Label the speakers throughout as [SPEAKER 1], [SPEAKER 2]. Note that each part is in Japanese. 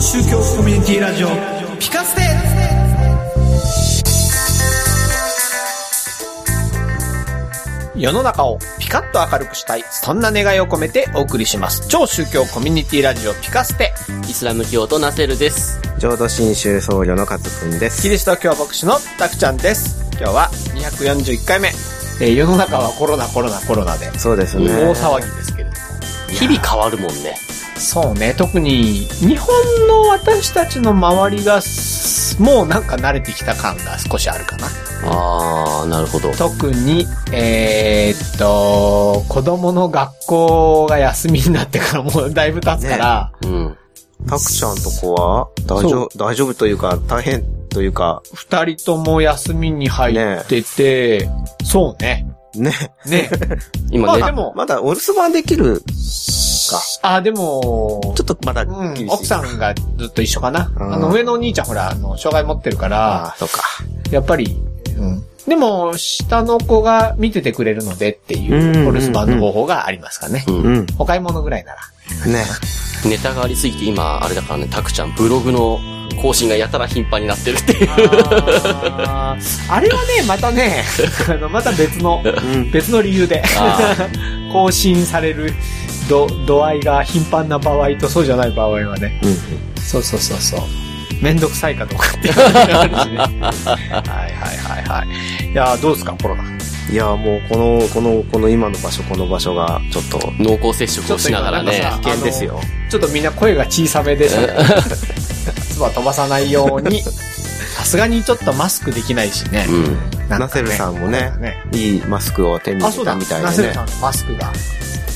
[SPEAKER 1] 宗教コミュニティラジオピカステ世の中をピカッと明るくしたいそんな願いを込めてお送りします超宗教コミュニティラジオピカステ
[SPEAKER 2] イスラム教徒ナセルです。
[SPEAKER 3] 浄土真宗僧侶のカズくんです。
[SPEAKER 1] キリスト教牧師のたくちゃんです今日は241回目、えー世の中はコロナコロナコロナで
[SPEAKER 3] そうですね。
[SPEAKER 1] 大騒ぎですけれども
[SPEAKER 2] 日々変わるもんね。
[SPEAKER 1] そうね特に日本の私たちの周りがすもうなんか慣れてきた感が少しあるかな
[SPEAKER 2] あー、なるほど。
[SPEAKER 1] 特に、えーっと、子供の学校が休みになってからもうだいぶ経つから、
[SPEAKER 2] うん。
[SPEAKER 3] たくちゃんとこは、大丈夫、大丈夫というか、大変というか、
[SPEAKER 1] 二、人とも休みに入ってて、そうね。
[SPEAKER 3] ね。
[SPEAKER 1] ね。ま
[SPEAKER 2] 今
[SPEAKER 1] あ
[SPEAKER 2] ね
[SPEAKER 1] で、も、
[SPEAKER 3] まだお留守番できるか。
[SPEAKER 1] あ、でも、
[SPEAKER 3] ちょっとまだ
[SPEAKER 1] う
[SPEAKER 3] 厳しい。
[SPEAKER 1] ん、奥さんがずっと一緒かな。
[SPEAKER 3] うん
[SPEAKER 1] あの、上のお兄ちゃんほら、あの、障害持ってるから、
[SPEAKER 3] ああ、そうか。
[SPEAKER 1] やっぱり、うん。でも、下の子が見ててくれるのでってい
[SPEAKER 3] うんうんうん
[SPEAKER 1] う、お留守番の方法がありますかね。
[SPEAKER 2] うん
[SPEAKER 3] う。ん。
[SPEAKER 1] お買い物ぐらいなら。
[SPEAKER 3] ね。
[SPEAKER 2] ネタがありすぎて今、あれだからね、タクちゃんブログの更新がやたら頻繁になってるって いう。
[SPEAKER 1] あーあれはね、またね、 あの、また別の、
[SPEAKER 3] うん。
[SPEAKER 1] 別の理由で、
[SPEAKER 2] あ
[SPEAKER 1] 更新される度、度合いが頻繁な場合とそうじゃない場合はね、そうそうそうそう。めんどくさいかどうかっていうのがあるしね。はいはいはいはい。いやーどうですか、コロナ。
[SPEAKER 3] いや、もうこの、この、この今の場所、この場所が、ちょっと、
[SPEAKER 2] 濃厚接触をしなが
[SPEAKER 1] ち
[SPEAKER 2] ら
[SPEAKER 1] ょっと今なん
[SPEAKER 2] ね
[SPEAKER 1] か。
[SPEAKER 3] 危険ですよ。
[SPEAKER 1] ちょっとみんな声が小さめでしたけど、 唾飛ばさないように、さすがにちょっとマスクできないしね
[SPEAKER 2] う。ん。
[SPEAKER 1] な
[SPEAKER 3] ナセルさんもね
[SPEAKER 1] なんかね
[SPEAKER 3] いいマスクを手に
[SPEAKER 1] あ、
[SPEAKER 3] 入
[SPEAKER 1] そ
[SPEAKER 3] れ
[SPEAKER 1] うだ、
[SPEAKER 3] たみた
[SPEAKER 1] ナ
[SPEAKER 3] い
[SPEAKER 1] セ
[SPEAKER 3] で
[SPEAKER 1] ル
[SPEAKER 3] ね
[SPEAKER 1] さ。んのマスクが。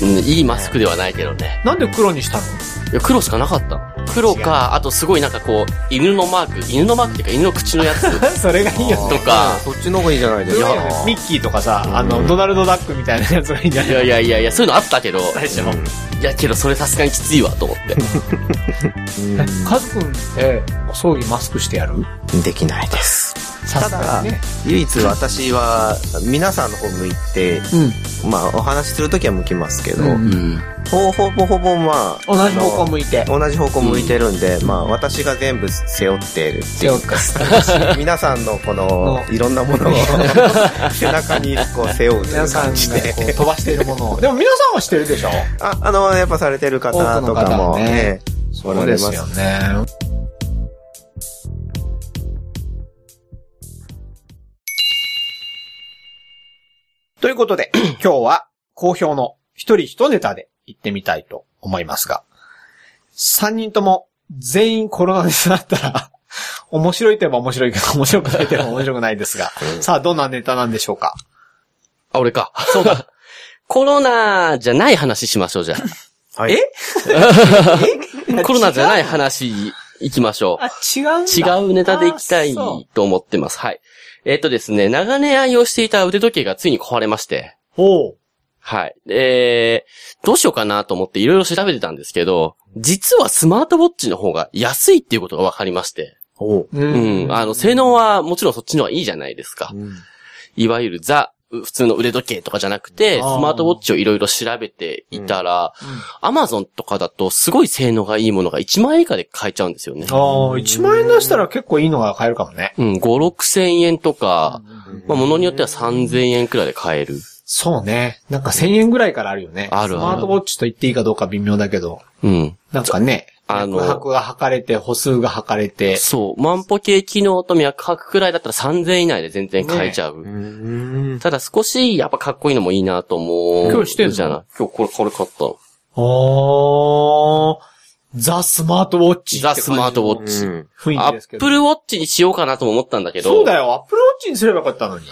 [SPEAKER 2] うんいいマスクではないけどね。
[SPEAKER 1] なんで黒にしたの
[SPEAKER 2] いや黒しかなかったの。黒か、あとすごいなんかこう、犬のマーク、犬のマークっていうか犬の口のや つ
[SPEAKER 1] それがいいよね。
[SPEAKER 2] とか、
[SPEAKER 3] そっちの方がいいじゃないです
[SPEAKER 1] いや
[SPEAKER 3] か。
[SPEAKER 1] ミッキーとかさ、あ
[SPEAKER 3] う
[SPEAKER 1] の、
[SPEAKER 3] ん
[SPEAKER 1] ドナルド・ダックみたいなやつがいいんじゃ
[SPEAKER 2] い
[SPEAKER 1] ない
[SPEAKER 2] やいやいやいや、そういうのあったけど、
[SPEAKER 1] 最初
[SPEAKER 3] う
[SPEAKER 1] の。
[SPEAKER 2] いやけどそれさすがにきついわと思って。
[SPEAKER 3] んう
[SPEAKER 1] カズくんって、お葬儀マスクしてやる
[SPEAKER 3] ん。できないです。
[SPEAKER 1] さすがにね。
[SPEAKER 3] 唯一私は、皆さんの方向いて、
[SPEAKER 1] うん。
[SPEAKER 3] まあ、お話しするときは向きますけど、
[SPEAKER 1] うん
[SPEAKER 2] うん。
[SPEAKER 3] ほほぼほぼまあ、
[SPEAKER 1] 同じ方向向いて
[SPEAKER 3] あ。の同じ方向向いてるんで、まあ、私が全部背負っているって
[SPEAKER 1] 背
[SPEAKER 3] い
[SPEAKER 1] 負
[SPEAKER 3] う
[SPEAKER 1] って
[SPEAKER 3] か、 皆さんのこの、
[SPEAKER 1] う
[SPEAKER 3] いろんな ものを背中にこう背負うとい
[SPEAKER 1] 皆
[SPEAKER 3] う
[SPEAKER 1] さん
[SPEAKER 3] 感
[SPEAKER 1] が
[SPEAKER 3] じ
[SPEAKER 1] こう
[SPEAKER 3] で。
[SPEAKER 1] 飛ばしてるものを。でも皆さんはしてるでしょ
[SPEAKER 3] あ、あの、やっぱされてる方とか
[SPEAKER 1] 多くの方は
[SPEAKER 3] も、
[SPEAKER 1] ね
[SPEAKER 3] ね、おられます
[SPEAKER 1] よね。ということで、 今日は好評の一人一ネタで行ってみたいと思いますが、三人とも全員コロナになったら、 面白いといえば面白いけど、面白くないといえば面白くないです が、さあ、どんなネタなんでしょうか
[SPEAKER 2] あ、俺か。そうだ。 コロナじゃない話しましょう、 じゃ
[SPEAKER 3] はい
[SPEAKER 1] え
[SPEAKER 2] あ。 コロナじゃない話行きましょう。
[SPEAKER 1] あ、違うん
[SPEAKER 2] 違
[SPEAKER 1] だ。
[SPEAKER 2] うネタでいきたい
[SPEAKER 1] あそ
[SPEAKER 2] と思ってます。はい。えっ、とですね、長年愛用していた腕時計がついに壊れまして、
[SPEAKER 1] ほう。
[SPEAKER 2] はい。えー、どうしようかなと思っていろいろ調べてたんですけど、実はスマートウォッチの方が安いっていうことが分かりまして、
[SPEAKER 1] う
[SPEAKER 2] うん。あの、性能はもちろんそっちの方がいいじゃないですか。いわゆるザ、普通の腕時計とかじゃなくて、ス
[SPEAKER 1] あー
[SPEAKER 2] マートウォッチをいろいろ調べていたら、アマゾンとかだとすごい性能がいいものが1万円以下で買えちゃうんですよね。
[SPEAKER 1] ああ、1万円出したら結構いいのが買えるかもね。
[SPEAKER 2] うん、5、6千円とか、まあ、
[SPEAKER 3] うん
[SPEAKER 2] ものによっては3000円くらいで買える。
[SPEAKER 1] そうね。なんか1000円ぐらいからあるよね。
[SPEAKER 2] あるある
[SPEAKER 1] スマートウォッチと言っていいかどうか微妙だけど。
[SPEAKER 2] うん。
[SPEAKER 1] なんかね、
[SPEAKER 2] あの
[SPEAKER 1] 脈拍が測れて、歩数が測れて。
[SPEAKER 2] そう、万歩計機能と脈拍くらいだったら3000円以内で全然買えちゃう。
[SPEAKER 3] うん
[SPEAKER 2] ただ少し、やっぱかっこいいのもいいなと思う。
[SPEAKER 1] 今日してんの
[SPEAKER 2] じゃない。今日これ、これ買ったの。
[SPEAKER 1] おー、ザ・スマートウォッチって
[SPEAKER 2] ザ・
[SPEAKER 1] 感じ。
[SPEAKER 2] スマートウォッチ。
[SPEAKER 3] うん
[SPEAKER 1] 雰囲
[SPEAKER 2] ア
[SPEAKER 1] 気ですけ
[SPEAKER 2] ッ
[SPEAKER 1] ど。
[SPEAKER 2] プルウォッチにしようかなとも思ったんだけど。
[SPEAKER 1] そうだよ、アップルウォッチにすればよかったのに。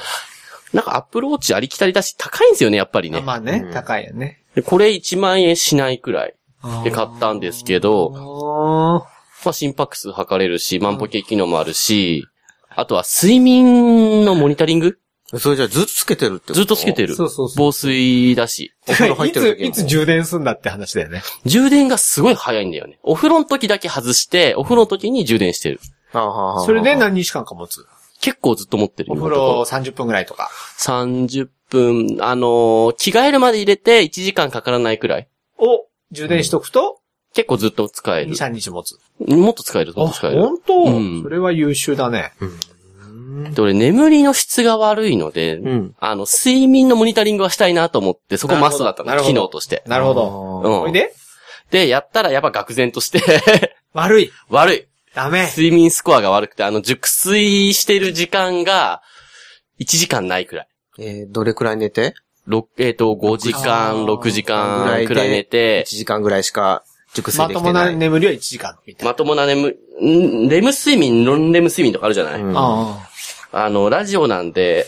[SPEAKER 2] なんかアップルウォッチありきたりだし、高いんですよね、やっぱりね。
[SPEAKER 1] まあね、
[SPEAKER 3] うん
[SPEAKER 1] 高いよね。
[SPEAKER 2] でこれ1万円しないくらいで買ったんですけど、
[SPEAKER 1] ど。
[SPEAKER 2] まあ心拍数測れるし、万歩計機能もあるし、あとは睡眠のモニタリング
[SPEAKER 3] それじゃあずっとつけてるってこと
[SPEAKER 2] ずっとつけてる。
[SPEAKER 1] そうそうそう。
[SPEAKER 2] 防水だし。
[SPEAKER 3] お風呂入
[SPEAKER 1] い
[SPEAKER 3] ってる
[SPEAKER 1] つ、
[SPEAKER 3] 時も
[SPEAKER 1] いつ充電すんだって話だよね。
[SPEAKER 2] 充電がすごい早いんだよね。お風呂の時だけ外して、お風呂の時に充電してる。
[SPEAKER 3] ああああああ
[SPEAKER 1] それで何日間か持つ。
[SPEAKER 2] 結構ずっと持ってる。
[SPEAKER 1] お風呂30分ぐらいとか。
[SPEAKER 2] 今のところ。30分、あのー着替えるまで入れて1時間かからないくらい。
[SPEAKER 1] を充電しとくと、
[SPEAKER 2] 結構ずっと使え
[SPEAKER 1] 2、
[SPEAKER 2] る。
[SPEAKER 1] 3日持つ。
[SPEAKER 2] もっと使える、
[SPEAKER 1] あ、
[SPEAKER 2] もっと使える。
[SPEAKER 1] 本当、
[SPEAKER 2] うん
[SPEAKER 1] それは優秀だね。
[SPEAKER 2] で、俺、眠りの質が悪いので、
[SPEAKER 3] うん。
[SPEAKER 2] あの、睡眠のモニタリングはしたいなと思って、そこマストだった
[SPEAKER 1] なるほど
[SPEAKER 2] の、機
[SPEAKER 1] なるほど
[SPEAKER 2] 能として。
[SPEAKER 1] なるほど。
[SPEAKER 2] うん
[SPEAKER 1] ほいで
[SPEAKER 2] で、やったらやっぱ愕然として、
[SPEAKER 1] 悪い。
[SPEAKER 2] 悪い。
[SPEAKER 1] ダメ。
[SPEAKER 2] 睡眠スコアが悪くて、あの、熟睡してる時間が、1時間ないくらい。
[SPEAKER 3] えーどれくらい寝て
[SPEAKER 2] 六えっ、と、5時
[SPEAKER 1] あー
[SPEAKER 2] 間、6時間
[SPEAKER 3] ぐらいで
[SPEAKER 2] くらい寝
[SPEAKER 3] ?1
[SPEAKER 2] て、
[SPEAKER 3] 時間ぐらいしか熟睡
[SPEAKER 1] ま
[SPEAKER 3] で
[SPEAKER 1] と
[SPEAKER 3] き
[SPEAKER 1] も
[SPEAKER 3] てな。
[SPEAKER 1] ない眠りは1時間みたい
[SPEAKER 2] まともな眠、んレム睡眠、ノンレム睡眠とかあるじゃない、
[SPEAKER 3] うん
[SPEAKER 1] な。あ
[SPEAKER 2] あの、ラジオなんで、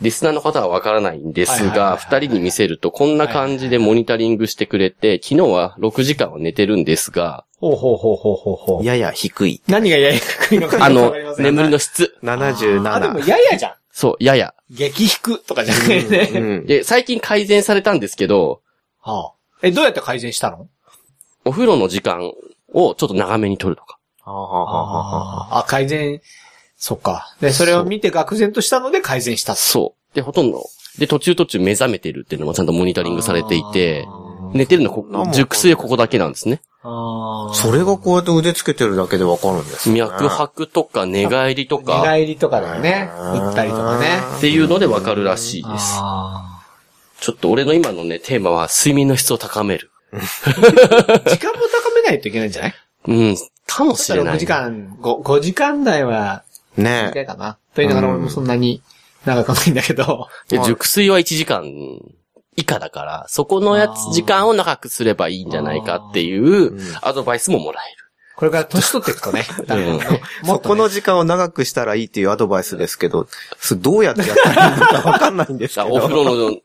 [SPEAKER 2] リスナーの方はわからないんです
[SPEAKER 1] はいはいはいはい
[SPEAKER 2] が、二人に見せるとこんな感じでモニタリングしてくれて、昨日は6時間は寝てるんですが、
[SPEAKER 1] ほうほうほうほうほうほう。
[SPEAKER 3] やや低い。
[SPEAKER 1] 何がやや低いのか
[SPEAKER 2] あ
[SPEAKER 1] わ
[SPEAKER 2] の
[SPEAKER 1] かりま、せん
[SPEAKER 2] 眠りの質。
[SPEAKER 1] あ、でも
[SPEAKER 3] 77。
[SPEAKER 1] ややじゃん。
[SPEAKER 2] そう、やや。
[SPEAKER 1] 激低とかじゃないね。
[SPEAKER 3] うん。
[SPEAKER 2] で、最近改善されたんですけど、
[SPEAKER 1] はあ、え、どうやって改善したの
[SPEAKER 2] お風呂の時間をちょっと長めに取るとか。
[SPEAKER 3] はあはあはあはあ
[SPEAKER 1] あ、改善、そっか。で、それを見て愕然としたので改善したと。
[SPEAKER 2] そう。で、ほとんど。で、途中途中目覚めてるっていうのもちゃんとモニタリングされていて、寝てるのこ
[SPEAKER 3] そんなもん、
[SPEAKER 2] 熟睡はここだけなんですね。
[SPEAKER 1] あー
[SPEAKER 3] それがこうやって腕つけてるだけでわかるんですね。
[SPEAKER 2] 脈拍とか寝返りと
[SPEAKER 1] 寝
[SPEAKER 2] か、
[SPEAKER 1] 返りとかだよね。
[SPEAKER 3] うん
[SPEAKER 1] 打ったりとかね。
[SPEAKER 2] っていうのでわかるらしいです。
[SPEAKER 1] あ
[SPEAKER 2] ちょっと俺の今のね、テーマは睡眠の質を高める。
[SPEAKER 1] ー時間も高めないといけないんじゃない
[SPEAKER 2] うん、かもし
[SPEAKER 1] そ
[SPEAKER 2] れ
[SPEAKER 1] う
[SPEAKER 2] な
[SPEAKER 1] 6
[SPEAKER 2] い。
[SPEAKER 1] 時間、5, 5時間台は、
[SPEAKER 3] ね
[SPEAKER 1] いいかな。と言いながら俺もそんなに長くないんだけど。
[SPEAKER 2] で
[SPEAKER 3] はい
[SPEAKER 2] 熟睡は1時間以下だから、そこのや
[SPEAKER 1] あー
[SPEAKER 2] つ、時間を長くすればいいんじゃないかってい
[SPEAKER 3] うん
[SPEAKER 2] うアドバイスももらえ
[SPEAKER 1] これから年取っていくとね。だんだんねも
[SPEAKER 3] そ
[SPEAKER 1] っと
[SPEAKER 3] こ
[SPEAKER 1] ね
[SPEAKER 3] の時間を長くしたらいいっていうアドバイスですけど、それどうやってやったらいいのかわかんないんですけ
[SPEAKER 2] る。
[SPEAKER 3] ど。
[SPEAKER 2] お風呂の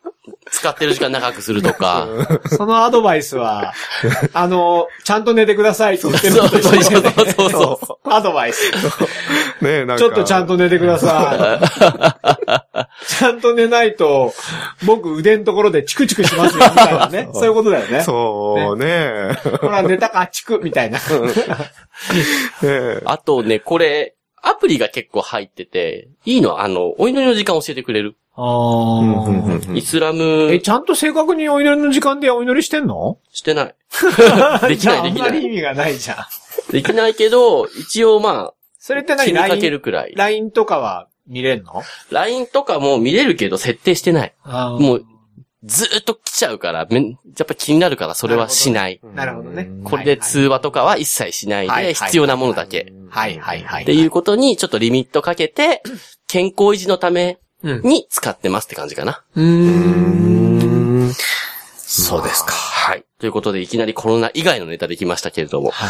[SPEAKER 2] 使ってる時間長くすると か、
[SPEAKER 1] そのアドバイス は、あの、ちゃんと寝てくださいって言ってる
[SPEAKER 2] そ
[SPEAKER 1] の
[SPEAKER 2] う
[SPEAKER 1] と
[SPEAKER 2] そう
[SPEAKER 1] 一緒だよね
[SPEAKER 2] そうそう そ
[SPEAKER 1] アドバイス。
[SPEAKER 3] ねえ、なんか。
[SPEAKER 1] ちょっとちゃんと寝てくださ い。ちゃんと寝ないと、僕腕のところでチクチクしますよ、みたいなね。 そういうことだよね。
[SPEAKER 3] そうね。
[SPEAKER 1] ほら、寝たか、チク、みたいな。
[SPEAKER 3] ねえ
[SPEAKER 2] あとね、これ、アプリが結構入ってて、いいのはあの、お祈りの時間教えてくれる。
[SPEAKER 3] うんうんうんうん
[SPEAKER 2] イスラ
[SPEAKER 1] え、
[SPEAKER 2] ム
[SPEAKER 1] ちゃんと正確にお祈りの時間でお祈りしてんの
[SPEAKER 2] して ない。できない、でき
[SPEAKER 1] じゃああんま
[SPEAKER 2] な
[SPEAKER 1] り意
[SPEAKER 2] い。
[SPEAKER 1] 味がないじゃん。
[SPEAKER 2] できないけど、一応ま
[SPEAKER 1] それって
[SPEAKER 2] あ、気
[SPEAKER 1] 何
[SPEAKER 2] にかけ
[SPEAKER 1] ?LINE
[SPEAKER 2] るくらい。
[SPEAKER 1] LINE とかは見れんの
[SPEAKER 2] LINE とかも見れるけど、設定してない。も
[SPEAKER 1] も
[SPEAKER 2] う、ずーっと来ちゃうから、めんやっぱ気になるから、それはしない。
[SPEAKER 1] なるほどね。
[SPEAKER 2] これで通話とかは一切しない
[SPEAKER 1] はいはい
[SPEAKER 2] で、必要なものだけ。
[SPEAKER 1] はいはいはい。
[SPEAKER 2] っていうことに、ちょっとリミットかけて、健康維持のため
[SPEAKER 1] うん。
[SPEAKER 2] に使ってますって感じかな。
[SPEAKER 1] う
[SPEAKER 3] う
[SPEAKER 1] ーん。
[SPEAKER 3] ーん。
[SPEAKER 1] そうですか。
[SPEAKER 2] はい。ということで、いきなりコロナ以外のネタできましたけれども。
[SPEAKER 1] はい。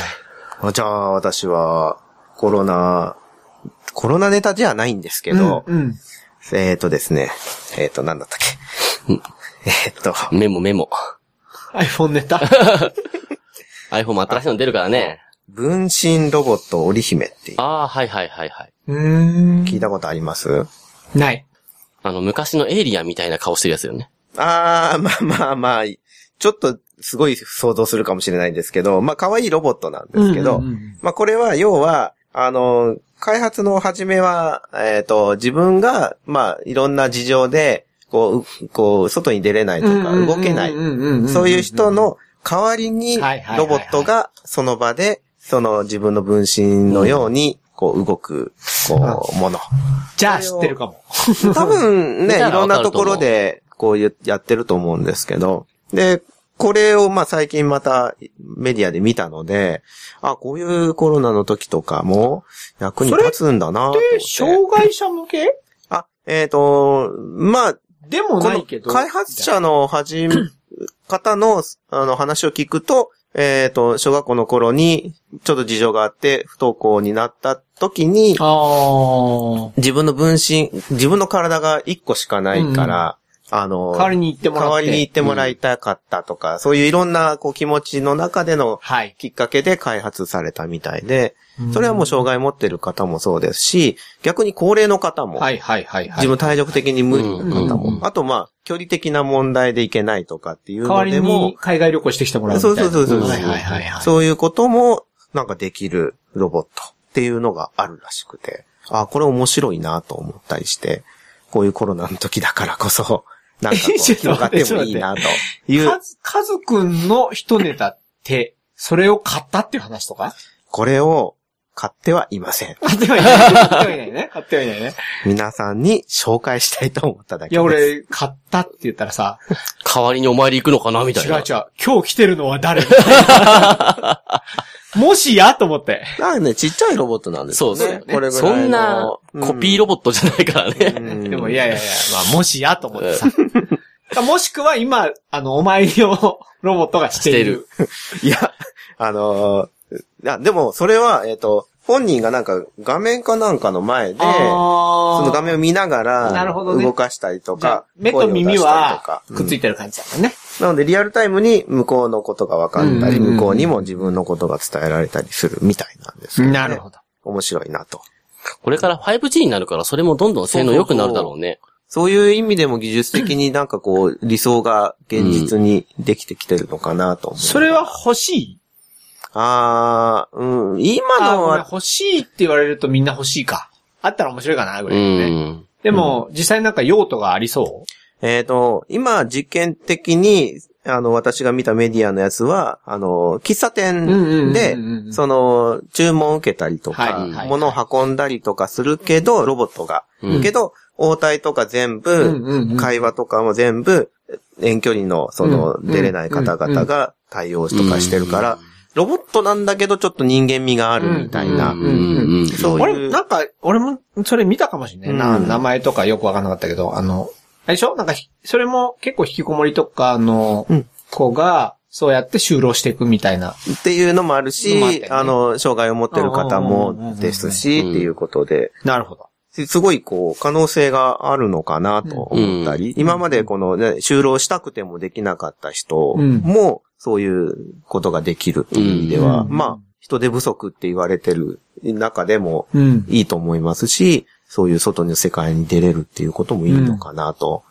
[SPEAKER 3] あじゃあ、私は、コロナ、コロナネタじゃないんですけど、
[SPEAKER 1] うんうん。
[SPEAKER 3] えっ、ー、とですね、えっ、ー、と、なんだったっけ。えっ、ー、と、
[SPEAKER 2] メモメモ。
[SPEAKER 1] iPhone ネ タ。
[SPEAKER 2] iPhone も新しいの出るからね。
[SPEAKER 3] 分身ロボット織姫って
[SPEAKER 2] ああ、はいはいはいはい。
[SPEAKER 1] うーん。
[SPEAKER 3] 聞いたことあります
[SPEAKER 1] ない。
[SPEAKER 2] あの、昔のエイリアンみたいな顔してるやつよね。
[SPEAKER 3] あー、まあまあまあ、ちょっとすごい想像するかもしれないんですけど、まあ可愛いロボットなんですけど、
[SPEAKER 1] うんうんうん
[SPEAKER 3] まあこれは要は、あの、開発の初めは、えっ、と、自分が、まあいろんな事情で、こう、うこう、外に出れないとか、動けない、そういう人、の代わりに、
[SPEAKER 1] はいはいはいはい
[SPEAKER 3] ロボットがその場で、その自分の分身のように、こう動く、こう、もの。
[SPEAKER 1] じゃあ知ってるかも。
[SPEAKER 3] 多分
[SPEAKER 2] 見
[SPEAKER 3] ね、
[SPEAKER 2] たら
[SPEAKER 3] いろんなところで、こうややってると思うんですけど、で、これをまあ最近またメディアで見たので、あ、こういうコロナの時とかも役に立つんだなと
[SPEAKER 1] で、
[SPEAKER 3] 思って。
[SPEAKER 1] 障害者向け
[SPEAKER 3] あ、えっ、と、まあ、
[SPEAKER 1] でも
[SPEAKER 3] こ
[SPEAKER 1] ない
[SPEAKER 3] の
[SPEAKER 1] けど。
[SPEAKER 3] 開発者の始め方の、 あの話を聞くと、えっ、と、小学校の頃に、ちょっと事情があって、不登校になった時に、
[SPEAKER 1] あー。
[SPEAKER 3] 自分の分身、自分の体が一個しかないから、あの、
[SPEAKER 1] 代わりに行ってもらって。
[SPEAKER 3] 代わりに行ってもらいたかったとか、そういういろんなこう気持ちの中での
[SPEAKER 1] はい。
[SPEAKER 3] きっかけで開発されたみたいで、それはもう障害持ってる方もそうですし、逆に高齢の方も、
[SPEAKER 1] はいはいはいはい。
[SPEAKER 3] 自分体力的に無理
[SPEAKER 1] う
[SPEAKER 3] な方
[SPEAKER 1] んうんうん
[SPEAKER 3] も、あとまあ、距離的な問題で行けないとかっていう
[SPEAKER 1] 代わ
[SPEAKER 3] の
[SPEAKER 1] り
[SPEAKER 3] でも
[SPEAKER 1] に、海外旅行してきてもらうみたいな。
[SPEAKER 3] そうそうそうそう
[SPEAKER 1] はいはいはいはい。
[SPEAKER 3] そういうこともなんかできるロボットっていうのがあるらしくて、あ、これ面白いなと思ったりして、こういうコロナの時だから こそ、なんかこう
[SPEAKER 1] ちょっと
[SPEAKER 3] 広がっ
[SPEAKER 1] 待って
[SPEAKER 3] てもいいなという。
[SPEAKER 1] カズ、カズくんの一ネタって、それを買ったっていう話とか
[SPEAKER 3] これを買ってはいません。
[SPEAKER 1] 買ってはいない。買ってはいないね。買ってはいないね。
[SPEAKER 3] 皆さんに紹介したいと思っただ
[SPEAKER 1] い
[SPEAKER 3] けです。
[SPEAKER 1] や、俺、買ったって言ったらさ、
[SPEAKER 2] 代わりにお参り行くのかなみた
[SPEAKER 1] 違う違、
[SPEAKER 2] いうな。
[SPEAKER 1] 今日来てるのは 誰もしやと思って。
[SPEAKER 3] なんかね、ちっちゃいロボットなんです
[SPEAKER 2] そ
[SPEAKER 3] よ
[SPEAKER 2] う
[SPEAKER 3] ね。
[SPEAKER 2] そう。
[SPEAKER 3] これぐらいの
[SPEAKER 2] そんな、コピーロボットじゃないからね。
[SPEAKER 3] うん
[SPEAKER 1] でも、いやいやいや、まあ、もしやと思ってさ。 もしくは今、あの、お参りをロボットがしている。
[SPEAKER 3] いや、あのーいや、でも、それは、えっ、と、本人がなんか、画面かなんかの前で、そ
[SPEAKER 1] そ
[SPEAKER 3] の画面を見なが
[SPEAKER 1] な
[SPEAKER 3] ら、
[SPEAKER 1] るほどね
[SPEAKER 3] 動かしたりと
[SPEAKER 1] じゃあ
[SPEAKER 3] か、
[SPEAKER 1] 目と耳は
[SPEAKER 3] 声を
[SPEAKER 1] くっつ
[SPEAKER 3] 出し
[SPEAKER 1] いてる感じだもんね。
[SPEAKER 3] たりとかうんなので、リアルタイムに向こうのことが分かったり、
[SPEAKER 1] うんうんうん
[SPEAKER 3] 向こうにも自分のことが伝えられたりするみたいなんですけど、ね。
[SPEAKER 1] なるほど。
[SPEAKER 3] 面白いなと。
[SPEAKER 2] これから 5G になるから、それもどんどん性能良くなるだろうね。
[SPEAKER 3] そういう意味でも技術的になんかこう、理想が現実にできてきてるのかなと思う。
[SPEAKER 1] それは欲しい
[SPEAKER 3] あー、うん、今
[SPEAKER 1] あ
[SPEAKER 3] の
[SPEAKER 1] ごめん
[SPEAKER 3] は、
[SPEAKER 1] 欲しいって言われるとみんな欲しいか。あったら面白いかな、ぐ
[SPEAKER 2] う
[SPEAKER 1] らいのね。
[SPEAKER 2] ん。
[SPEAKER 1] でも、実際なんか用途がありそ
[SPEAKER 3] えっ、と、今、実験的に、あの、私が見たメディアのやつは、あの、喫茶
[SPEAKER 1] う
[SPEAKER 3] 店で、
[SPEAKER 1] で
[SPEAKER 3] その、注文を受けたりとか、
[SPEAKER 1] はいはい
[SPEAKER 3] 物を運んだりとかするけど、ロボットが。
[SPEAKER 2] うん
[SPEAKER 3] けど、応対とか全部、
[SPEAKER 1] うんうんうん
[SPEAKER 3] 会話とかも全部、遠距離の、その、
[SPEAKER 1] うん
[SPEAKER 3] 出れない方々が対応とかしてるから、ロボットなんだけど、ちょっと人間味があるみたいな。
[SPEAKER 1] んうん
[SPEAKER 3] そう
[SPEAKER 1] 俺、
[SPEAKER 3] いう
[SPEAKER 1] なんか、俺も、それ見たかもしれないな。
[SPEAKER 3] うん
[SPEAKER 1] 名前とかよくわかんなかったけど、あの、あれでしょなんかひ、それも結構引きこもりとかの
[SPEAKER 3] うん
[SPEAKER 1] 子が、そうやって就労していくみたいな。
[SPEAKER 3] っていうのもあるし、
[SPEAKER 1] のもあったよね
[SPEAKER 3] あの、障害を持ってる方もですし、
[SPEAKER 2] うんうんうんうん
[SPEAKER 3] っていうことで、
[SPEAKER 1] なるほど。
[SPEAKER 3] すごいこう、可能性があるのかなと思ったり、今までこのね、就労したくてもできなかった人も、そういうことができるっていう意味では、
[SPEAKER 1] うん
[SPEAKER 3] まあ、人手不足って言われてる中でも
[SPEAKER 1] うん。
[SPEAKER 3] いいと思いますし、そういう外の世界に出れるっていうこともいいのかなと、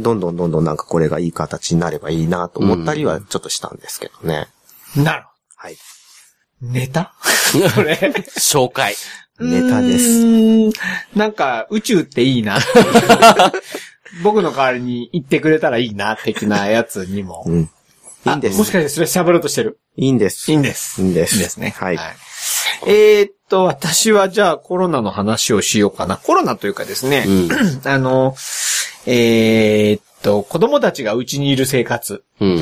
[SPEAKER 3] どんどんどんどんなんかこれがいい形になればいいなと思ったりはちょっとしたんですけどね。
[SPEAKER 1] なるほ
[SPEAKER 3] はい。
[SPEAKER 1] ど。ネタそれ。
[SPEAKER 2] 紹介。
[SPEAKER 3] ネタです
[SPEAKER 1] うーん。なんか、宇宙っていい な。僕の代わりに行ってくれたらいいな、的なやつにも
[SPEAKER 3] う。ん。いいんで
[SPEAKER 1] あもし
[SPEAKER 3] す。
[SPEAKER 1] かしてそれ喋ろうとしてる。
[SPEAKER 3] いいんです。
[SPEAKER 1] い
[SPEAKER 3] い
[SPEAKER 1] いんです。
[SPEAKER 3] んです。
[SPEAKER 1] ですね。
[SPEAKER 3] はい。
[SPEAKER 1] えーっと、私はじゃあコロナの話をしようかな。コロナというかですね、
[SPEAKER 2] うん。
[SPEAKER 1] あの、えーっと、子供たちがうちにいる生活、
[SPEAKER 2] うん。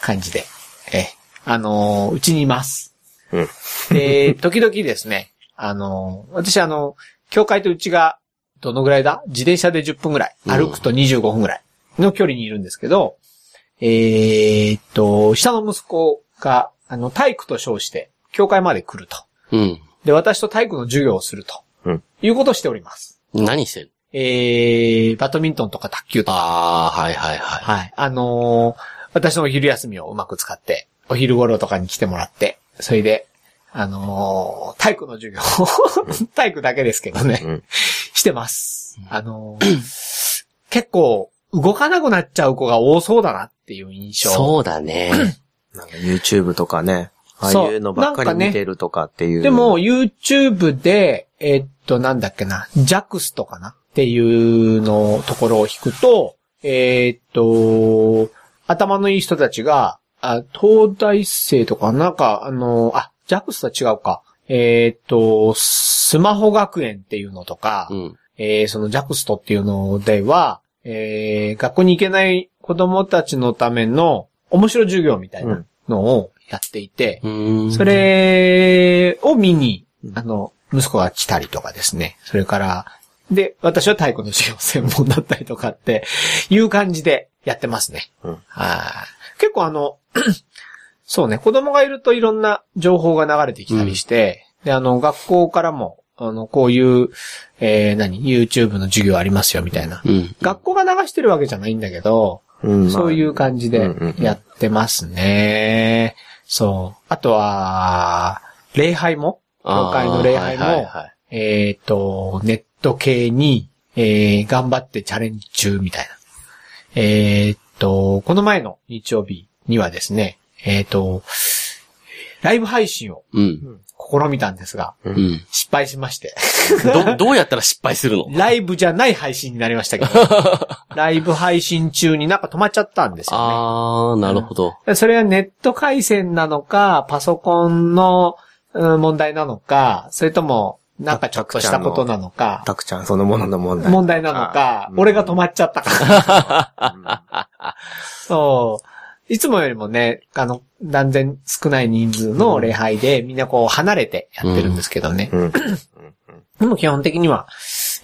[SPEAKER 1] 感じで、え、あの、うちにいます。
[SPEAKER 3] うん
[SPEAKER 1] で、 時々ですね、あの、私あの、教会とうちが、どのぐらいだ自転車で10分ぐらい。
[SPEAKER 2] うん
[SPEAKER 1] 歩くと25分ぐらいの距離にいるんですけど、えーっと、下の息子が、あの、体育と称して、教会まで来ると。
[SPEAKER 2] うん。
[SPEAKER 1] で、私と体育の授業をすると。
[SPEAKER 3] うん
[SPEAKER 1] いうことをしております。
[SPEAKER 2] 何してる
[SPEAKER 1] えー、バドミントンとか卓球とか。
[SPEAKER 2] ああ、はいはいはい。
[SPEAKER 1] はい。あのー私のお昼休みをうまく使って、お昼頃とかに来てもらって、それで、あのー体育の授業を 体育だけですけどね、
[SPEAKER 3] うん
[SPEAKER 1] してます。あのー結構、動かなくなっちゃう子が多そうだなっていう印象。
[SPEAKER 2] そうだね。
[SPEAKER 3] なんか YouTube とかね、ああいうのばっか
[SPEAKER 1] そうなんか
[SPEAKER 3] り
[SPEAKER 1] ね
[SPEAKER 3] 見てるとかっていう。
[SPEAKER 1] でも、YouTube で、えっと、なんだっけな、JAX とかなっていうのところを引くと、えっと、頭のいい人たちが、あ東大生とか、なんか、あの、あ、JAX とは違うか。えっと、スマホ学園っていうのとか、
[SPEAKER 2] うん。
[SPEAKER 1] えーその JAXT っていうのでは、えー学校に行けない子供たちのための面白い授業みたいなのをやっていて、
[SPEAKER 2] うん
[SPEAKER 1] そ、れを見に
[SPEAKER 3] う、ん
[SPEAKER 1] あの、息子が来たりとかですね。それから、で、私は太鼓の授業専門だったりとかって、いう感じでやってますね。
[SPEAKER 3] うん
[SPEAKER 1] はい結構あの、 そうね、子供がいるといろんな情報が流れてきたりして、で、あの、学校からも、あの、こういう、えー何、YouTube の授業ありますよ、みたいな。
[SPEAKER 2] うん。
[SPEAKER 1] 学校が流してるわけじゃないんだけど、
[SPEAKER 3] うん、まあ
[SPEAKER 1] そういう感じでやってますね。そう。あとは、礼拝も、教会の礼拝も
[SPEAKER 2] あーはいはいはい
[SPEAKER 1] えっ、と、ネット系に、えー、頑張ってチャレンジ中みたいな。えっ、と、この前の日曜日にはですね、えっ、と、ライブ配信を
[SPEAKER 2] うん。
[SPEAKER 1] 試みたんですが、
[SPEAKER 3] う
[SPEAKER 2] うんん。
[SPEAKER 1] 失敗しまして。
[SPEAKER 2] ど、どうやったら失敗する の
[SPEAKER 1] ライブじゃない配信になりましたけど、ライブ配信中になんか止まっちゃったんですよね。
[SPEAKER 2] あー、なるほど。
[SPEAKER 1] でそれはネット回線なのか、パソコンのうん問題なのか、それとも、なんかちょっとしたことなのか、
[SPEAKER 3] たくちゃんそのものの問題。
[SPEAKER 1] 問題なのか
[SPEAKER 3] う、ん
[SPEAKER 1] 俺が止まっちゃったから。
[SPEAKER 3] う
[SPEAKER 1] そう。いつもよりもね、あの、断然少ない人数の礼拝で、みんなこう離れてやってるんですけどね。
[SPEAKER 3] んうん。
[SPEAKER 1] でも基本的には、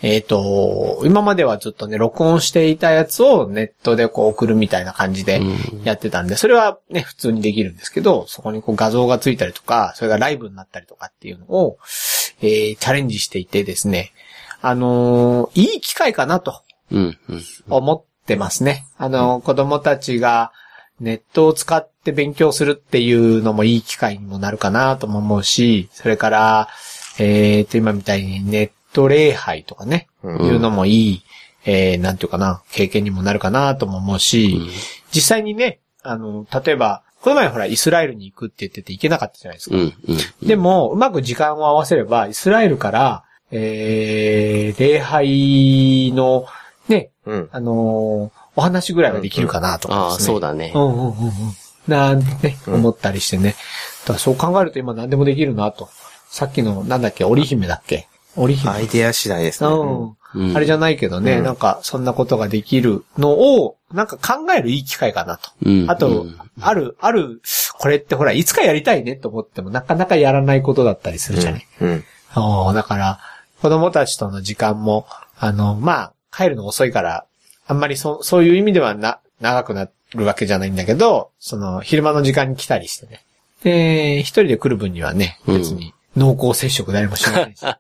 [SPEAKER 1] えっ、と、今まではずっとね、録音していたやつをネットでこう送るみたいな感じで
[SPEAKER 2] うん
[SPEAKER 1] やってたんで、それはね、普通にできるんですけど、そこにこう画像がついたりとか、それがライブになったりとかっていうのを、えーチャレンジしていてですね、あのーいい機会かなと
[SPEAKER 2] うん。うん。
[SPEAKER 1] 思ってますね。あのー子供たちがネットを使って勉強するっていうのもいい機会にもなるかなとも思うし、それから、えーと、今みたいにネット礼拝とかね、
[SPEAKER 3] うん
[SPEAKER 1] いうのもいい、えー、なんていうかな、経験にもなるかなとも思うし、実際にね、あの、例えば、この前ほら、イスラエルに行くって言ってて行けなかったじゃないですか。
[SPEAKER 2] うん。うん。
[SPEAKER 1] でも、うまく時間を合わせれば、イスラエルから、えー、礼拝の、ね、
[SPEAKER 3] うん。
[SPEAKER 1] あのーお話ぐらいはできるかなと
[SPEAKER 2] あ
[SPEAKER 1] か
[SPEAKER 2] あ、
[SPEAKER 1] ですね。
[SPEAKER 2] そうだね
[SPEAKER 1] う。んうんうんうん。なんてね、
[SPEAKER 3] うん
[SPEAKER 1] 思ったりしてね。だからそう考えると今何でもできるなと。さっきの、なんだっけ、織姫だっけ織姫。
[SPEAKER 3] アイデア次第ですね。
[SPEAKER 1] うん。
[SPEAKER 2] うん
[SPEAKER 1] あれじゃないけどね、
[SPEAKER 3] うん
[SPEAKER 1] なんか、そんなことができるのを、なんか考えるいい機会かなと。
[SPEAKER 2] うん
[SPEAKER 1] あと、ある、ある、これってほら、いつかやりたいねと思っても、なかなかやらないことだったりするじゃない。
[SPEAKER 3] うん。
[SPEAKER 1] おーだから、子供たちとの時間も、あの、まあ、帰るの遅いから、あんまりそ、そういう意味ではな、長くなるわけじゃないんだけど、その、昼間の時間に来たりしてね。で、一人で来る分にはね、別に濃厚接触誰もしない し、うん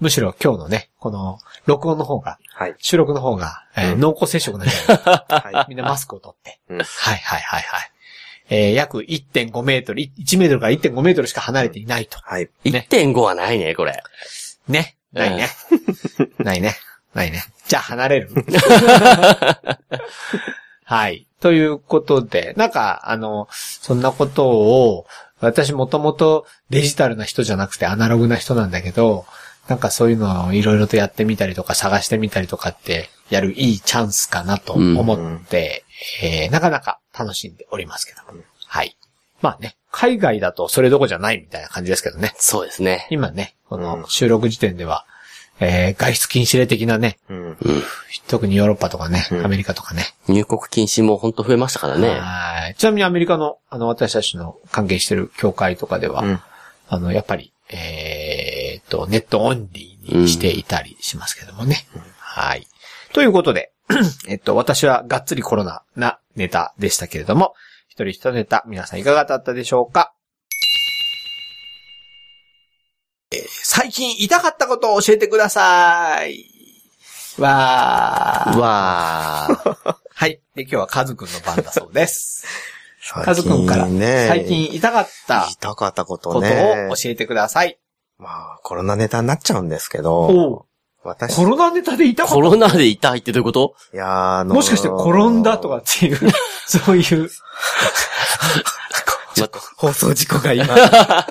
[SPEAKER 1] むしろ今日のね、この、録音の方が、
[SPEAKER 3] はい。
[SPEAKER 1] 収録の方が、えー
[SPEAKER 3] うん
[SPEAKER 1] 濃厚接触なんじゃない
[SPEAKER 3] は
[SPEAKER 1] みんなマスクを取って。
[SPEAKER 3] うん
[SPEAKER 1] はいはいはいはい。えー約1.5メートル、い1メートルから1.5メートルしか離れていないと。
[SPEAKER 3] はい。
[SPEAKER 1] ね
[SPEAKER 2] 1.5はないね、これ。
[SPEAKER 1] ね。ないね。ないね。ないね。じゃあ離れる。はい。ということで、なんか、あの、そんなことを、私もともとデジタルな人じゃなくてアナログな人なんだけど、なんかそういうのをいろいろとやってみたりとか探してみたりとかってやるいいチャンスかなと思って、えーなかなか楽しんでおりますけども。はい。まあね、海外だとそれどこじゃないみたいな感じですけどね。
[SPEAKER 2] そうですね。
[SPEAKER 1] 今ね、こ
[SPEAKER 3] う
[SPEAKER 1] の
[SPEAKER 3] ん
[SPEAKER 1] 収録時点では、えー外出禁止令的なね、
[SPEAKER 3] うん。
[SPEAKER 2] うん。
[SPEAKER 1] 特にヨーロッパとかね、
[SPEAKER 3] うん
[SPEAKER 1] アメリカとかね。
[SPEAKER 2] 入国禁止も本当増えましたからね。
[SPEAKER 1] はいちなみにアメリカの、あの、私たちの関係してる協会とかでは、
[SPEAKER 3] うん
[SPEAKER 1] あの、やっぱり、えーっと、ネットオンリーにしていたりしますけどもね。はい。ということで、 えっと、私はがっつりコロナなネタでしたけれども、一人一ネタ、皆さんいかがだったでしょうかえー最近痛かったことを教えてください。わー。
[SPEAKER 2] わー。
[SPEAKER 1] はい。で、今日はカズくんの番だそうです。カ
[SPEAKER 3] カ
[SPEAKER 1] ズくんから、
[SPEAKER 3] ね、
[SPEAKER 1] 最近痛かった
[SPEAKER 3] 痛かったこと
[SPEAKER 1] ことを
[SPEAKER 3] ね。
[SPEAKER 1] 教えてください。
[SPEAKER 3] まあ、コロナネタになっちゃうんですけ
[SPEAKER 1] おう
[SPEAKER 3] ど、私、
[SPEAKER 1] コロナネタで痛か
[SPEAKER 2] コ
[SPEAKER 1] っ
[SPEAKER 2] ロナで痛いってどういうこと
[SPEAKER 3] いやーあ
[SPEAKER 1] た
[SPEAKER 3] のー
[SPEAKER 1] もしかして転んだとかっていう、 そういう。
[SPEAKER 2] ま
[SPEAKER 3] 放送事故 が今、か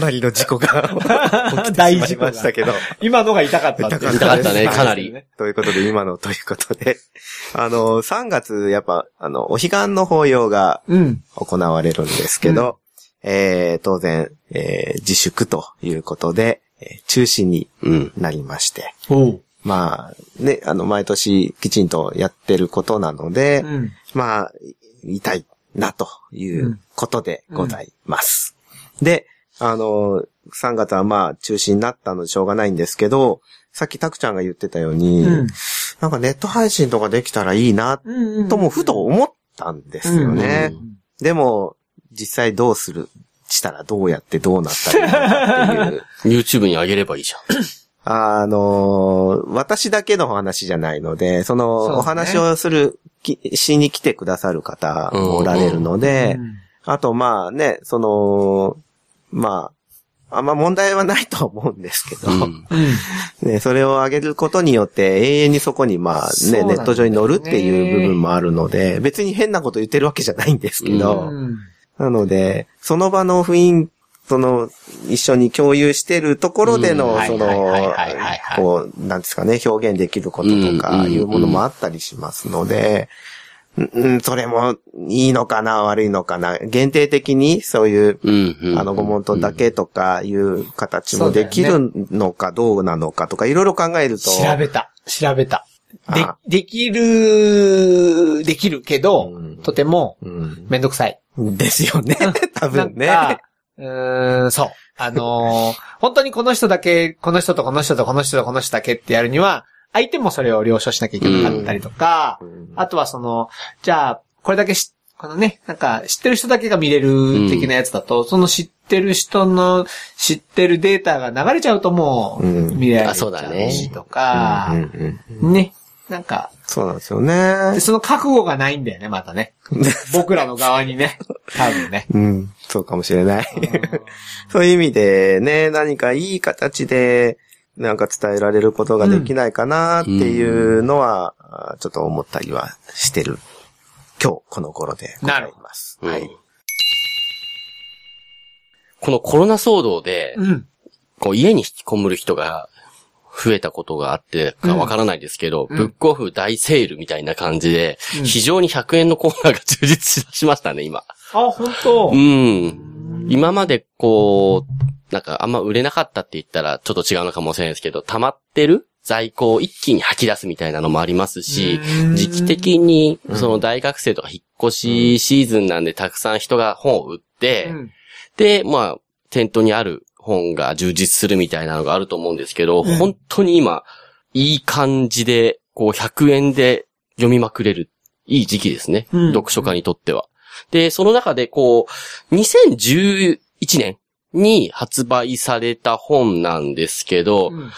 [SPEAKER 3] なりの事故が
[SPEAKER 1] 大
[SPEAKER 3] 起き
[SPEAKER 1] 事故が
[SPEAKER 3] てしまいましたけど。
[SPEAKER 1] 今のが痛かったっていう
[SPEAKER 3] 痛かったねか
[SPEAKER 2] なり。
[SPEAKER 3] ということで、今のということで、 あの、3月、やっぱ、あの、お彼岸の法要が
[SPEAKER 1] うん。
[SPEAKER 3] 行われるんですけど、えー、当然、えー自粛ということで、えー中止に
[SPEAKER 2] うん。
[SPEAKER 3] なりまして、
[SPEAKER 1] おう。
[SPEAKER 3] まあ、ね、あの、毎年きちんとやってることなので、
[SPEAKER 1] うん。
[SPEAKER 3] まあ、い痛いな、ということでございます。で、あの、3月はまあ、中止になったのでしょうがないんですけど、さっきたくちゃんが言ってたように、
[SPEAKER 1] うん
[SPEAKER 3] なんかネット配信とかできたらいいな、
[SPEAKER 1] うん
[SPEAKER 3] ともふと思ったんですよね。
[SPEAKER 2] うん
[SPEAKER 3] でも、実際どうする、したらどうやってどうなったらいいのかっていう。
[SPEAKER 2] YouTube に上げればいいじゃん。
[SPEAKER 3] あの、私だけのお話じゃないので、その、
[SPEAKER 1] そうね
[SPEAKER 3] お話をする、きしに来てくださる方もおられるので、あとまあね、その、まあ、あんま問題はないと思うんですけど、
[SPEAKER 2] うん。
[SPEAKER 1] うん。
[SPEAKER 3] ね、それを上げることによって永遠にそこにまあ
[SPEAKER 1] そう
[SPEAKER 3] ね、
[SPEAKER 1] なんだ
[SPEAKER 3] ネ
[SPEAKER 1] よね
[SPEAKER 3] ット上に乗るっていう部分もあるので、別に変なこと言ってるわけじゃないんですけど、
[SPEAKER 1] うん
[SPEAKER 3] なので、その場の雰囲その、一緒に共有してるところで
[SPEAKER 2] うん
[SPEAKER 3] の、
[SPEAKER 1] はい
[SPEAKER 3] そ
[SPEAKER 1] はい
[SPEAKER 3] の
[SPEAKER 1] はいはいはい、
[SPEAKER 3] こう、なんですかね、表現できることと
[SPEAKER 2] うんうん
[SPEAKER 3] か、
[SPEAKER 2] うん
[SPEAKER 3] いうものもあったりしますので、うんうん、それもいいのかな、悪いのかな、限定的にそういう、
[SPEAKER 2] うん、うん。
[SPEAKER 3] あの、ご問答だけとかいう形もできるのかどうなのかとか、いろいろ考えると。
[SPEAKER 1] 調べた。調べた。で
[SPEAKER 3] あ、
[SPEAKER 1] できる、できるけど
[SPEAKER 3] うん、
[SPEAKER 1] とても、
[SPEAKER 3] うん
[SPEAKER 1] めんどくさい。
[SPEAKER 3] ですよね。多分ね。
[SPEAKER 1] なんかうーん、そう。あのー本当にこの人だけ、この人とこの人とこの人とこの人だけってやるには、相手もそれを了承しなきゃいけなかったりとか、
[SPEAKER 3] うん
[SPEAKER 1] あとはその、じゃあ、これだけし、このね、なんか、知ってる人だけが見れる的なやつだと、その知ってる人の知ってるデータが流れちゃうともう、
[SPEAKER 3] うん
[SPEAKER 1] 見られちゃ
[SPEAKER 2] あそうだ
[SPEAKER 1] うし
[SPEAKER 2] ね
[SPEAKER 1] とか、
[SPEAKER 3] うんうんうん
[SPEAKER 1] ね。なんか、
[SPEAKER 3] そうなんですよね
[SPEAKER 1] で。その覚悟がないんだよね、またね。僕らの側に ね。多分ね。
[SPEAKER 3] うん、そうかもしれない。
[SPEAKER 1] うん
[SPEAKER 3] そういう意味でね、何かいい形で、なんか伝えられることができないかなっていうのは、あーちょっと思ったりはしてる。今日、この頃でございます。
[SPEAKER 2] うん
[SPEAKER 3] はい。
[SPEAKER 2] このコロナ騒動で、
[SPEAKER 1] うん。
[SPEAKER 2] こう家に引きこもる人が増えたことがあってかわからないですけど、
[SPEAKER 1] うん
[SPEAKER 2] ブックオフ大セールみたいな感じで、
[SPEAKER 1] うん
[SPEAKER 2] 非常に100円のコーナーが充実しだしましたね、今。
[SPEAKER 1] あ、本当
[SPEAKER 2] うん。今までこう、なんかあんま売れなかったって言ったらちょっと違うのかもしれないですけど、溜まってる在庫を一気に吐き出すみたいなのもありますし、時期的に
[SPEAKER 3] うん
[SPEAKER 2] その大学生とか引っ越しシーズンなんでたくさん人が本を売って、
[SPEAKER 1] うん
[SPEAKER 2] で、まあ、店頭にある本が充実するみたいなのがあると思うんですけど、
[SPEAKER 1] うん
[SPEAKER 2] 本当に今、いい感じで、こう、100円で読みまくれる、いい時期ですね。
[SPEAKER 1] うん
[SPEAKER 2] 読書家にとっては。で、その中で、こう、2011年に発売された本なんですけど、
[SPEAKER 1] うん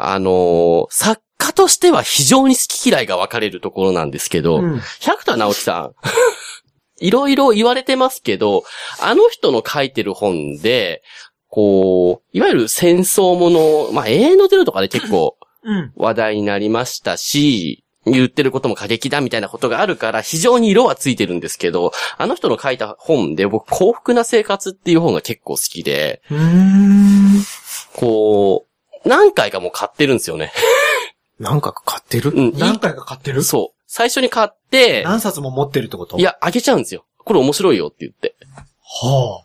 [SPEAKER 2] あのー作家としては非常に好き嫌いが分かれるところなんですけど、
[SPEAKER 1] うん
[SPEAKER 2] 百田直樹さん。 いろいろ言われてますけど、あの人の書いてる本で、こう、いわゆる戦争もの、まあ、永遠のゼロとかで結構
[SPEAKER 1] うん。
[SPEAKER 2] 話題になりましたし、言ってることも過激だみたいなことがあるから、非常に色はついてるんですけど、あの人の書いた本で僕、幸福な生活っていう本が結構好きで、
[SPEAKER 1] うん。
[SPEAKER 2] こう、何回かもう買ってるんですよね。
[SPEAKER 3] なんか買ってる
[SPEAKER 2] うん。い
[SPEAKER 1] 何回か買ってる
[SPEAKER 2] そう。最初に買って、
[SPEAKER 1] 何冊も持ってるってこと
[SPEAKER 2] い。や、あげちゃうんですよ。これ面白いよって言って。
[SPEAKER 1] はあ。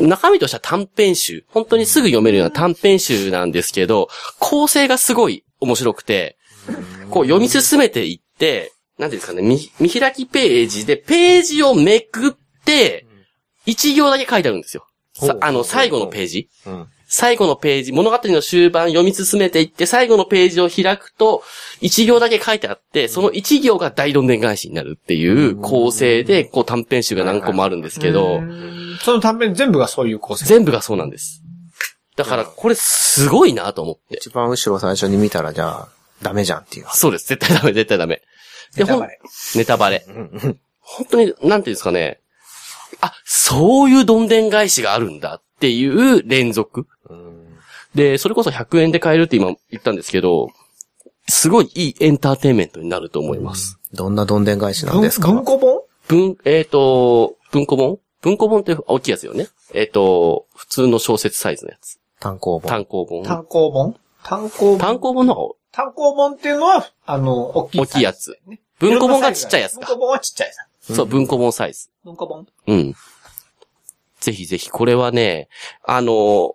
[SPEAKER 2] 中身としては短編集。本当にすぐ読めるような短編集なんですけど、構成がすごい面白くて、こう読み進めていって、なんていうんですかね、見、見開きページで、ページをめくって、一行だけ書いてあるんですよ。
[SPEAKER 3] ほう
[SPEAKER 2] さ
[SPEAKER 3] ほう
[SPEAKER 2] あ
[SPEAKER 3] ほう
[SPEAKER 2] の、最後のページ。
[SPEAKER 3] うん
[SPEAKER 2] 最後のページ、物語の終盤読み進めていって、最後のページを開くと、一行だけ書いてあって、その一行が大どんでん返しになるっていう構成で、こう短編集が何個もあるんですけ
[SPEAKER 1] う
[SPEAKER 2] ど、
[SPEAKER 1] ん、その短編全部がそういう構成。
[SPEAKER 2] 全部がそうなんです。だから、これすごいなと思って。
[SPEAKER 3] 一番後ろ最初に見たら、じゃあ、ダメじゃんっていう。
[SPEAKER 2] そうです。絶対ダメ、絶対ダメ。で、ほん
[SPEAKER 1] ネタバレ
[SPEAKER 2] ネタバレ。
[SPEAKER 3] うん
[SPEAKER 2] 本当に、なんていうんですかね。あ、そういうどんでん返しがあるんだっていう連続。
[SPEAKER 3] うん
[SPEAKER 2] で、それこそ100円で買えるって今言ったんですけど、すごいいいエンターテインメントになると思います。
[SPEAKER 3] どんなどんでん返しなん
[SPEAKER 1] 文
[SPEAKER 3] ですか
[SPEAKER 1] 文庫本
[SPEAKER 2] 文、えっ、と、文庫本文庫本って大きいやつよね。えっ、と、普通の小説サイズのやつ。
[SPEAKER 3] 単行本。
[SPEAKER 2] 単行本。
[SPEAKER 1] 単行本単行本
[SPEAKER 2] 単行本の方が
[SPEAKER 1] 単行本っていうのは、あの、大きい。
[SPEAKER 2] 大きいやつ。文庫本がちっちゃいやつか
[SPEAKER 1] 文庫本はちっちゃいさ。
[SPEAKER 2] そう、文庫本サイズ。
[SPEAKER 1] 文庫本
[SPEAKER 2] うん。ぜひぜひ、これはね、あの、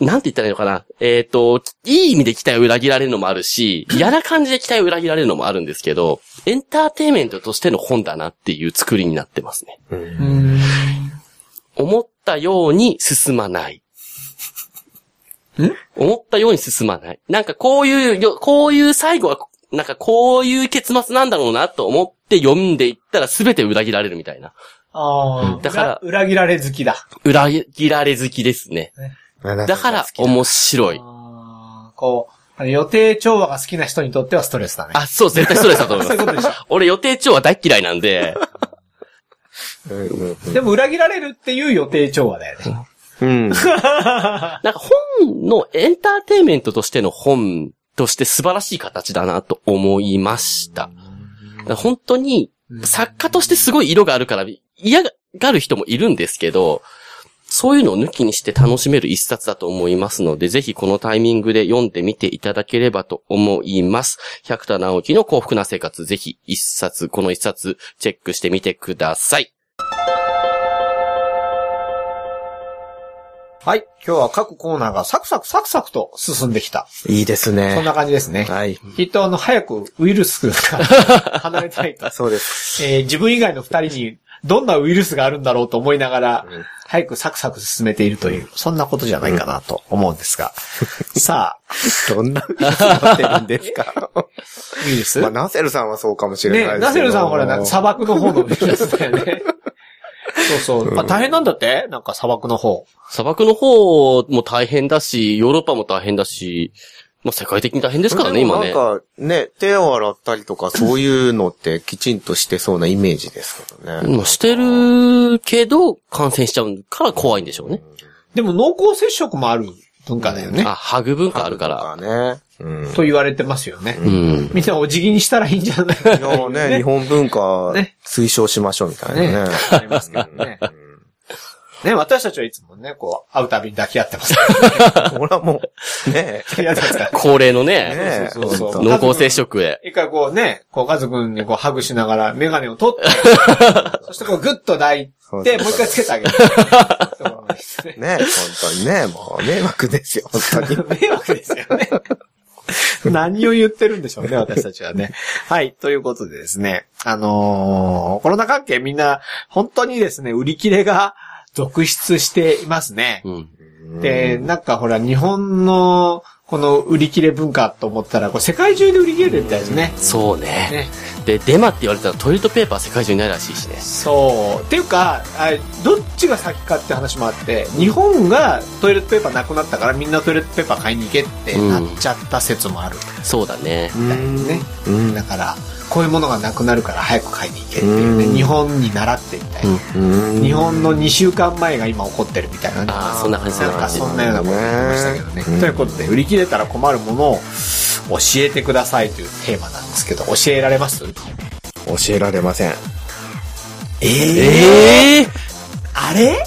[SPEAKER 2] なんて言ったらいいのかな。えっ、と、いい意味で期待を裏切られるのもあるし、嫌な感じで期待を裏切られるのもあるんですけど、エンターテインメントとしての本だなっていう作りになってますね。
[SPEAKER 3] うん
[SPEAKER 1] うん。
[SPEAKER 2] 思ったように進まない。
[SPEAKER 1] ん
[SPEAKER 2] 思ったように進まない。なんかこういうよ、こういう最後は、なんかこういう結末なんだろうなと思って読んでいったら全て裏切られるみたいな。
[SPEAKER 1] ああ。
[SPEAKER 2] だから
[SPEAKER 1] 裏裏切られ好きだ。
[SPEAKER 2] 裏切られ好きですね。だから、面白い。
[SPEAKER 1] あーこう、あの予定調和が好きな人にとってはストレスだね。
[SPEAKER 2] あ、そう、絶対ストレスだと思 い
[SPEAKER 1] そういう
[SPEAKER 2] ま
[SPEAKER 1] ことでしょ。
[SPEAKER 2] す。俺予定調和大っ嫌いなんで、
[SPEAKER 3] うんうん
[SPEAKER 1] でも裏切られるっていう予定調和だよね。
[SPEAKER 3] うん。
[SPEAKER 2] なんか本のエンターテインメントとしての本として素晴らしい形だなと思いました。だから本当に作家としてすごい色があるから嫌がる人もいるんですけど、そういうのを抜きにして楽しめる一冊だと思いますので、ぜひこのタイミングで読んでみていただければと思います。百田直樹の幸福な生活、ぜひ一冊、この一冊、チェックしてみてください。
[SPEAKER 1] はい。今日は各コーナーがサクサクサクサクと進んできた。
[SPEAKER 3] いいです
[SPEAKER 1] そん
[SPEAKER 3] ね。
[SPEAKER 1] な感じですね。
[SPEAKER 3] はい。
[SPEAKER 1] きっとあの、早くウイルスから離れたい と。
[SPEAKER 3] そうです。
[SPEAKER 1] えー自分以外の二人にどんなウイルスがあるんだろうと思いながら
[SPEAKER 3] うん、
[SPEAKER 1] 早くサクサク進めているという、そんなことじゃないかなと思うんです が。さあ、
[SPEAKER 3] どんなウイルスになってるんですか
[SPEAKER 1] ウイルス
[SPEAKER 3] まあ、ナセルさんはそうかもしれないです
[SPEAKER 1] ね、
[SPEAKER 3] けど。
[SPEAKER 1] ナセルさんはほら、なんか砂漠の方のウイルスだよ ね。そうそう。あ大変なんだってなんか砂漠の方。
[SPEAKER 2] 砂漠の方も大変だし、ヨーロッパも大変だし、まあ、世界的に大変ですからね、
[SPEAKER 3] でも
[SPEAKER 2] 今ね。
[SPEAKER 3] なんか、ね、手を洗ったりとか、そういうのってきちんとしてそうなイメージですけどね。
[SPEAKER 2] まあしてるけど、感染しちゃうから怖いんでしょうね。
[SPEAKER 1] でも濃厚接触もある文化だよね。
[SPEAKER 2] あ、ハグ文化あるから。
[SPEAKER 3] ら。ね。うん。
[SPEAKER 1] と言われてますよね。
[SPEAKER 2] うん。
[SPEAKER 1] みんなお辞儀にしたらいいんじゃない
[SPEAKER 3] いやね、日本文化
[SPEAKER 1] ね
[SPEAKER 3] 推奨しましょうみたいなね。
[SPEAKER 1] ありますけどね。ね、私たちはいつもね、こう、会うたびに抱き合ってます。
[SPEAKER 3] ほらもう、ね
[SPEAKER 1] 抱き合ってますから。
[SPEAKER 2] 恒例のね、
[SPEAKER 3] ね
[SPEAKER 1] そうそうそう
[SPEAKER 3] ほんと
[SPEAKER 2] 濃厚接触へ。
[SPEAKER 1] 一回こうね、こう、家族にこう、ハグしながら、メガネを取って、そしてこう、グッと抱い
[SPEAKER 3] そうそ
[SPEAKER 1] て、
[SPEAKER 3] うそう
[SPEAKER 1] もう一回つけてあげる。そうなんですね
[SPEAKER 3] ね本当にね、もう迷惑ですよ、本当に。
[SPEAKER 1] 迷惑ですよね。何を言ってるんでしょう ね、私たちはね。はい、ということでですね。あのーコロナ関係みんな、本当にですね、売り切れが続出していますね。
[SPEAKER 2] う ん。
[SPEAKER 1] で、なんかほら、日本の、この売り切れ文化と思ったら、これ世界中で売り切れてるみたいですね。
[SPEAKER 2] そうね。
[SPEAKER 1] ね。
[SPEAKER 2] で、デマって言われたらトイレットペーパー世界中にないらしいしね。
[SPEAKER 1] そう。っていうか、あどっちが先かって話もあって、日本がトイレットペーパーなくなったからみんなトイレットペーパー買いに行けってなっちゃった説もある。
[SPEAKER 2] そうだね。
[SPEAKER 3] うん
[SPEAKER 1] ね。
[SPEAKER 3] うん
[SPEAKER 1] だから、こういうものがなくなるから早く買いに行けっていうね、
[SPEAKER 3] うん
[SPEAKER 1] 日本に習ってみたいな。
[SPEAKER 3] うん
[SPEAKER 1] 日本の2週間前が今起こってるみたいなね。
[SPEAKER 2] ああ、そんな感じ
[SPEAKER 1] なんかそんなようなこと言いましたけどね。
[SPEAKER 3] うん
[SPEAKER 1] ということで、売り切れたら困るものを教えてくださいというテーマなんですけど、教えられます
[SPEAKER 3] 教えられません。
[SPEAKER 1] ええ
[SPEAKER 2] ええ
[SPEAKER 1] あれ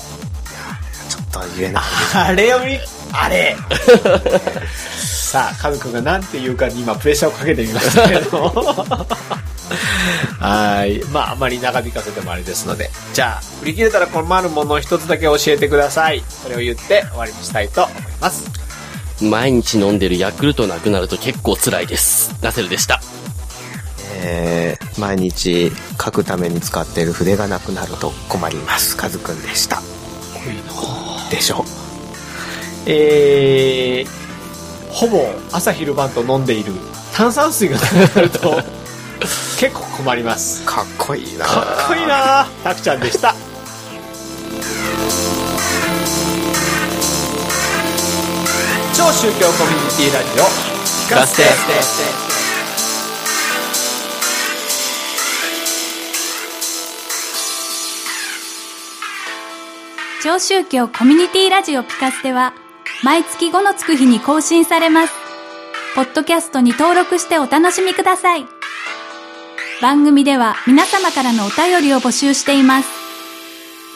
[SPEAKER 3] ちょっと言えない。
[SPEAKER 1] あれより、あれさあ、カズくんが何て言うかに今プレッシャーをかけてみましたけ ど。はい。まあ、あまり長引かせてもあれですので。じゃあ、売り切れたら困るものを一つだけ教えてください。それを言って終わりにしたいと思います。
[SPEAKER 2] 毎日飲んでるヤクルトなくなると結構辛いです。ナセルでした。
[SPEAKER 3] えー毎日書くために使っている筆がなくなると困ります。カズくんでした。でしょ。
[SPEAKER 1] えー、ほぼ朝昼晩と飲んでいる炭酸水がなくなる と結構困ります。
[SPEAKER 3] かっこいいな
[SPEAKER 1] かっこいいなーたくちゃんでした。超宗教コミュニティラジオ聞かせて
[SPEAKER 4] 超宗教コミュニティラジオピカステは毎月5のつく日に更新されます。ポッドキャストに登録してお楽しみください。番組では皆様からのお便りを募集しています。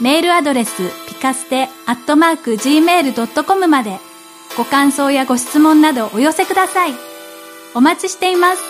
[SPEAKER 4] メールアドレスピカステアットマーク gmail.com までご感想やご質問などお寄せください。お待ちしています。